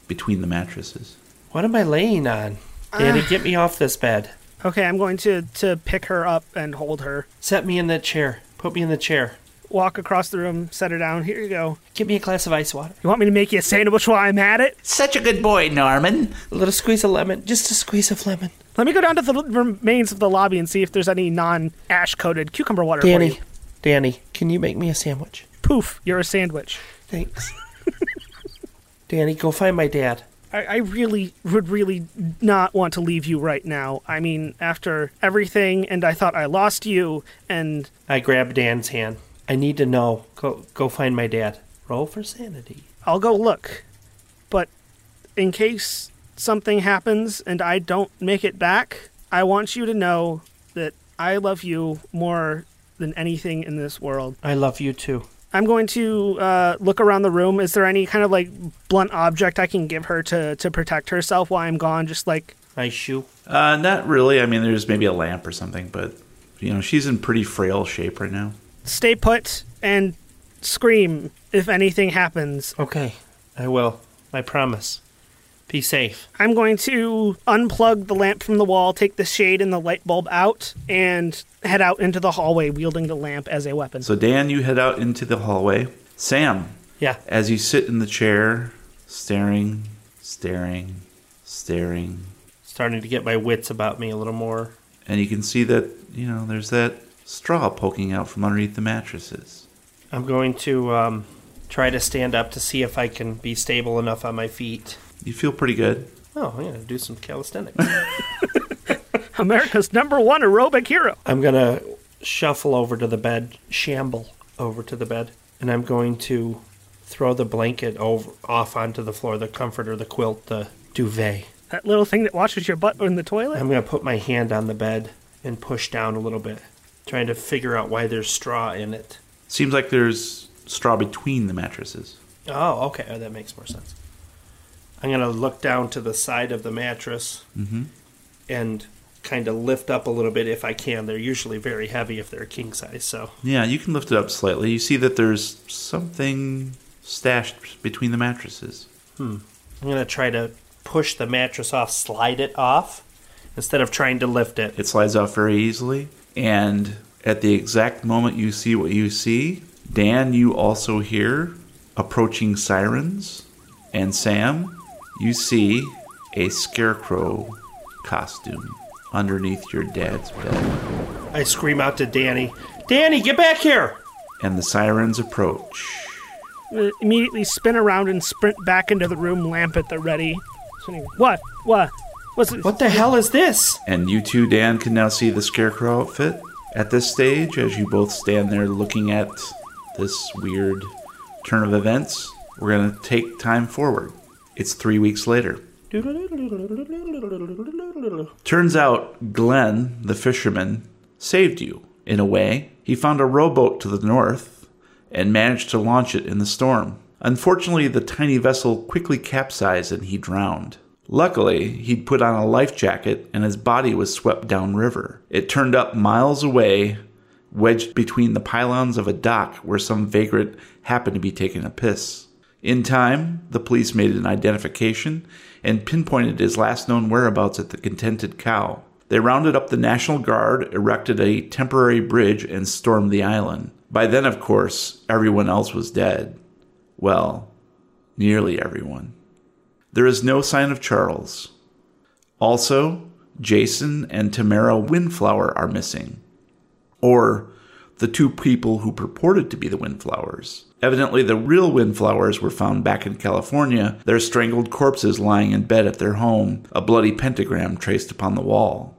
between the mattresses.
What am I laying on? Danny, get me off this bed.
Okay, I'm going to to pick her up and hold her.
Set me in that chair. Put me in the chair.
Walk across the room, set her down. Here you go.
Get me a glass of ice water.
You want me to make you a sandwich while I'm at it?
Such a good boy, Norman.
A little squeeze of lemon. Just a squeeze of lemon.
Let me go down to the l- remains of the lobby and see if there's any non-ash coated cucumber water for
Danny,
you.
Danny, can you make me a sandwich?
Poof, you're a sandwich.
Thanks. Danny, go find my dad.
I, I really would really not want to leave you right now. I mean, after everything, and I thought I lost you, and
I grab Dan's hand. I need to know. Go go find my dad. Roll for sanity.
I'll go look. But in case something happens and I don't make it back, I want you to know that I love you more than anything in this world.
I love you too.
I'm going to uh, look around the room. Is there any kind of like blunt object I can give her to to protect herself while I'm gone? Just like
My shoe.
Uh, not really. I mean, there's maybe a lamp or something, but you know, she's in pretty frail shape right now.
stay put and scream if anything happens.
Okay. I will. I promise. Be safe.
I'm going to unplug the lamp from the wall, take the shade and the light bulb out, and head out into the hallway wielding the lamp as a weapon.
So, Dan, you head out into the hallway. Sam,
Yeah.
as you sit in the chair, staring, staring, staring,
Starting to get my wits about me a little more.
and you can see that, you know, there's that straw poking out from underneath the mattresses.
I'm going to um, try to stand up to see if I can be stable enough on my feet.
You feel pretty good.
Oh, I'm gonna do some calisthenics.
America's number one aerobic hero.
I'm gonna shuffle over to the bed, shamble over to the bed, and I'm going to throw the blanket over off onto the floor, the comforter, the quilt, the duvet.
That little thing that washes your butt in the toilet.
I'm gonna put my hand on the bed and push down a little bit, trying to figure out why there's straw in it.
Seems like there's straw between the mattresses.
Oh, okay, oh, that makes more sense. I'm gonna look down to the side of the mattress and kind of lift up a little bit if I can. They're usually very heavy if they're king size, so
Yeah, you can lift it up slightly. You see that there's something stashed between the mattresses.
I'm gonna try to push the mattress off, slide it off, instead of trying to lift it.
It slides off very easily. And at the exact moment you see what you see, Dan, you also hear approaching sirens. And Sam, you see a scarecrow costume underneath your dad's bed.
I scream out to Danny, "Danny, get back here!"
And the sirens approach.
Uh, immediately spin around and sprint back into the room, lamp at the ready. So anyway, What? What? What's it?
What the hell is this?
And you too, Dan, can now see the scarecrow outfit at this stage as you both stand there looking at this weird turn of events. We're going to take time forward. It's three weeks later. Turns out Glenn, the fisherman, saved you, in a way. He found a rowboat to the north and managed to launch it in the storm. Unfortunately, the tiny vessel quickly capsized and he drowned. Luckily, he'd put on a life jacket and his body was swept downriver. It turned up miles away, wedged between the pylons of a dock where some vagrant happened to be taking a piss. In time, the police made an identification and pinpointed his last known whereabouts at the Contented Cow. They rounded up the National Guard, erected a temporary bridge, and stormed the island. By then, of course, everyone else was dead. Well, nearly everyone. There is no sign of Charles. Also, Jason and Tamara Windflower are missing or the two people who purported to be the Windflowers. Evidently, the real Windflowers were found back in California, their strangled corpses lying in bed at their home, a bloody pentagram traced upon the wall.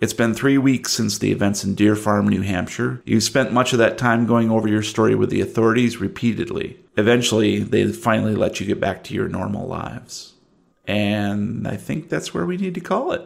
It's been three weeks since the events in Deer Farm, New Hampshire. You've spent much of that time going over your story with the authorities repeatedly. Eventually, they finally let you get back to your normal lives. And I think that's where we need to call it.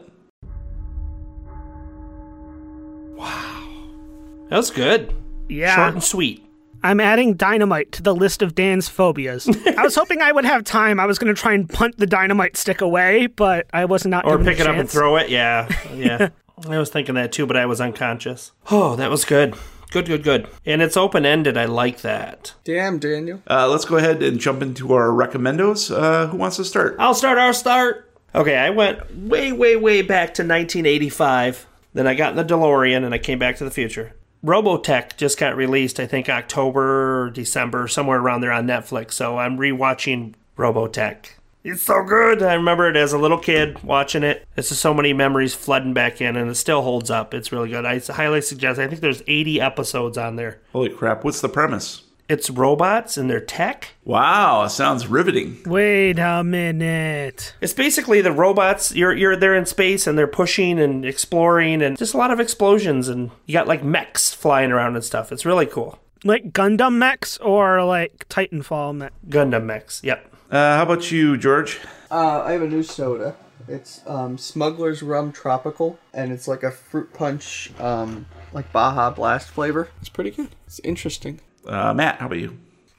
That was good.
yeah.
Short and sweet.
I'm adding dynamite to the list of Dan's phobias. I was hoping I would have time. I was going to try and punt the dynamite stick away, but I was not.
Or
given
pick
the
it up and
chance.
throw it. Yeah. Yeah. I was thinking that too, but I was unconscious. Oh, that was good. Good, good, good. And it's open ended. I like that.
Damn, Daniel.
Uh, let's go ahead and jump into our recommendos. Uh, who wants to start?
I'll start. I'll start. Okay, I went way, way, way back to 1985. Then I got in the DeLorean and I came back to the future. Robotech just got released, I think October or December, somewhere around there on Netflix. So I'm rewatching Robotech. It's so good. I remember it as a little kid watching it. It's just so many memories flooding back in, and it still holds up. It's really good. I highly suggest. I think there's 80 episodes on there.
Holy crap, what's the premise?
It's robots and their tech.
Wow, sounds riveting.
Wait a minute.
It's basically the robots. You're you're they're in space and they're pushing and exploring and just a lot of explosions and you got like mechs flying around and stuff. It's really cool.
Like Gundam mechs or like Titanfall mech?
Gundam mechs. Yep.
Uh, how about you, George?
Uh, I have a new soda. It's um, Smuggler's Rum Tropical, and it's like a fruit punch, um, like Baja Blast flavor. It's pretty good. It's interesting.
Uh, Matt, how about you?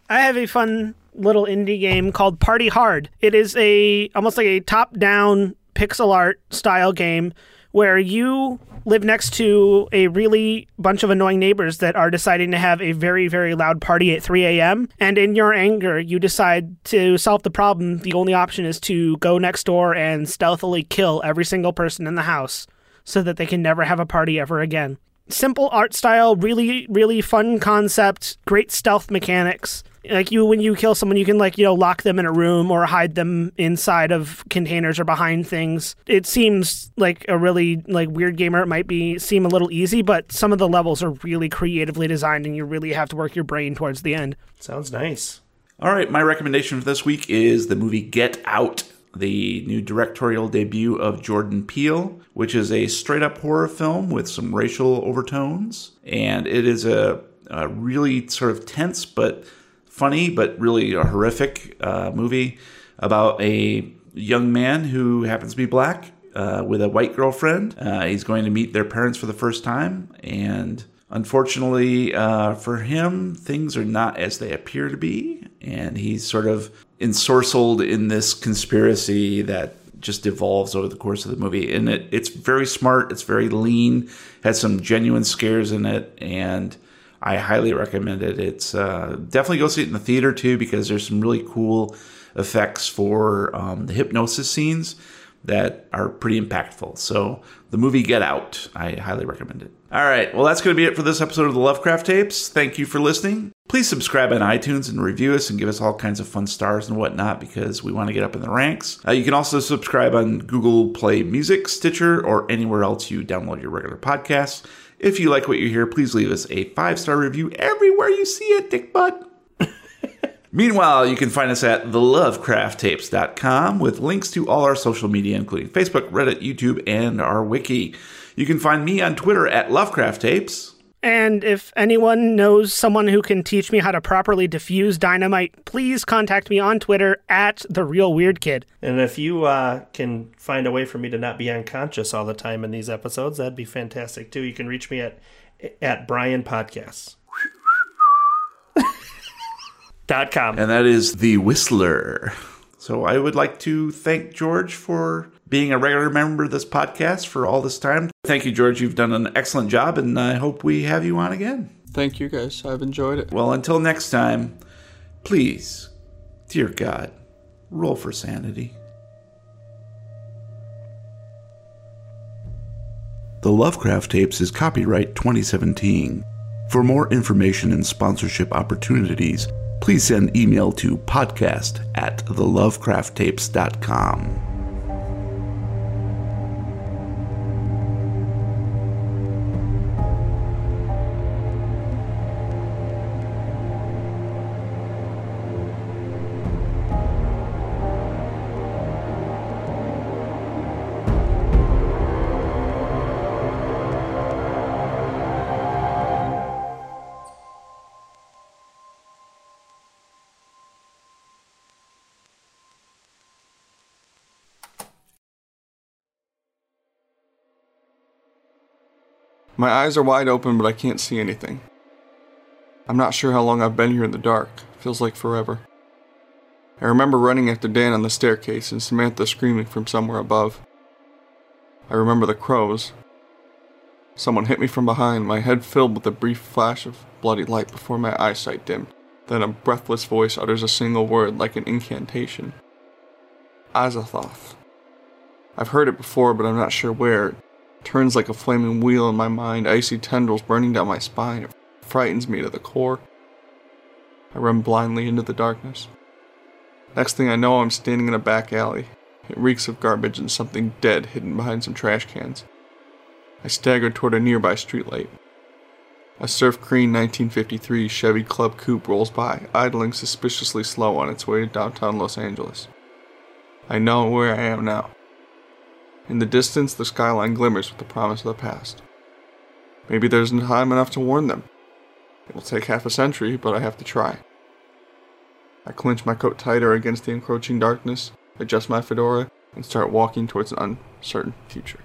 I have a fun little indie game called Party Hard. It is a almost like a top-down pixel art style game where you live next to a really bunch of annoying neighbors that are deciding to have a very very loud party at 3 a.m. and in your anger you decide to solve the problem. The only option is to go next door and stealthily kill every single person in the house so that they can never have a party ever again. Simple art style, really, really fun concept, great stealth mechanics. Like you, when you kill someone, you can like you know lock them in a room or hide them inside of containers or behind things. It seems like a really like weird gamer. It might be seem a little easy, but some of the levels are really creatively designed, and you really have to work your brain towards the end.
Sounds nice.
All right, my recommendation for this week is the movie Get Out, the new directorial debut of Jordan Peele, which is a straight up horror film with some racial overtones. And it is a, a really sort of tense but funny, but really a horrific uh, movie about a young man who happens to be black uh, with a white girlfriend. Uh, he's going to meet their parents for the first time, and unfortunately uh, for him, things are not as they appear to be, and he's sort of ensorcelled in this conspiracy that just evolves over the course of the movie. And it, it's very smart, it's very lean, has some genuine scares in it, and I highly recommend it. It's uh, definitely go see it in the theater too because there's some really cool effects for um, the hypnosis scenes that are pretty impactful. So the movie Get Out, I highly recommend it. All right, well that's going to be it for this episode of the Lovecraft Tapes. Thank you for listening. Please subscribe on iTunes and review us and give us all kinds of fun stars and whatnot because we want to get up in the ranks. Uh, you can also subscribe on Google Play Music, Stitcher, or anywhere else you download your regular podcasts. If you like what you hear, please leave us a five star review everywhere you see it, dick butt. Meanwhile, you can find us at thelovecrafttapes.com with links to all our social media, including Facebook, Reddit, YouTube, and our wiki. You can find me on Twitter at Lovecraft Tapes.
And if anyone knows someone who can teach me how to properly diffuse dynamite, please contact me on Twitter at the real weird kid.
And if you uh, can find a way for me to not be unconscious all the time in these episodes, that'd be fantastic too. You can reach me at at Brian Podcasts. dot com.
And that is The Whistler. So I would like to thank George for being a regular member of this podcast for all this time. Thank you, George. You've done an excellent job, and I hope we have you on again.
Thank you guys. I've enjoyed it.
Well, until next time, please, dear God, roll for sanity. The Lovecraft Tapes is copyright 2017. For more information and sponsorship opportunities, please send email to podcast at thelovecrafttapes.com.
My eyes are wide open, but I can't see anything.
I'm not sure how long I've been here in the dark. Feels like forever. I remember running after Dan on the staircase and Samantha screaming from somewhere above. I remember the crows. Someone hit me from behind, my head filled with a brief flash of bloody light before my eyesight dimmed. Then a breathless voice utters a single word like an incantation Azathoth. I've heard it before, but I'm not sure where. It turns like a flaming wheel in my mind, icy tendrils burning down my spine. It frightens me to the core. I run blindly into the darkness. Next thing I know, I'm standing in a back alley. It reeks of garbage and something dead hidden behind some trash cans. I stagger toward a nearby streetlight. A Surf Green 1953 Chevy Club Coupe rolls by, idling suspiciously slow on its way to downtown Los Angeles. I know where I am now. In the distance, the skyline glimmers with the promise of the past. Maybe there's time enough to warn them. It will take half a century, but I have to try. I clench my coat tighter against the encroaching darkness, adjust my fedora, and start walking towards an uncertain future.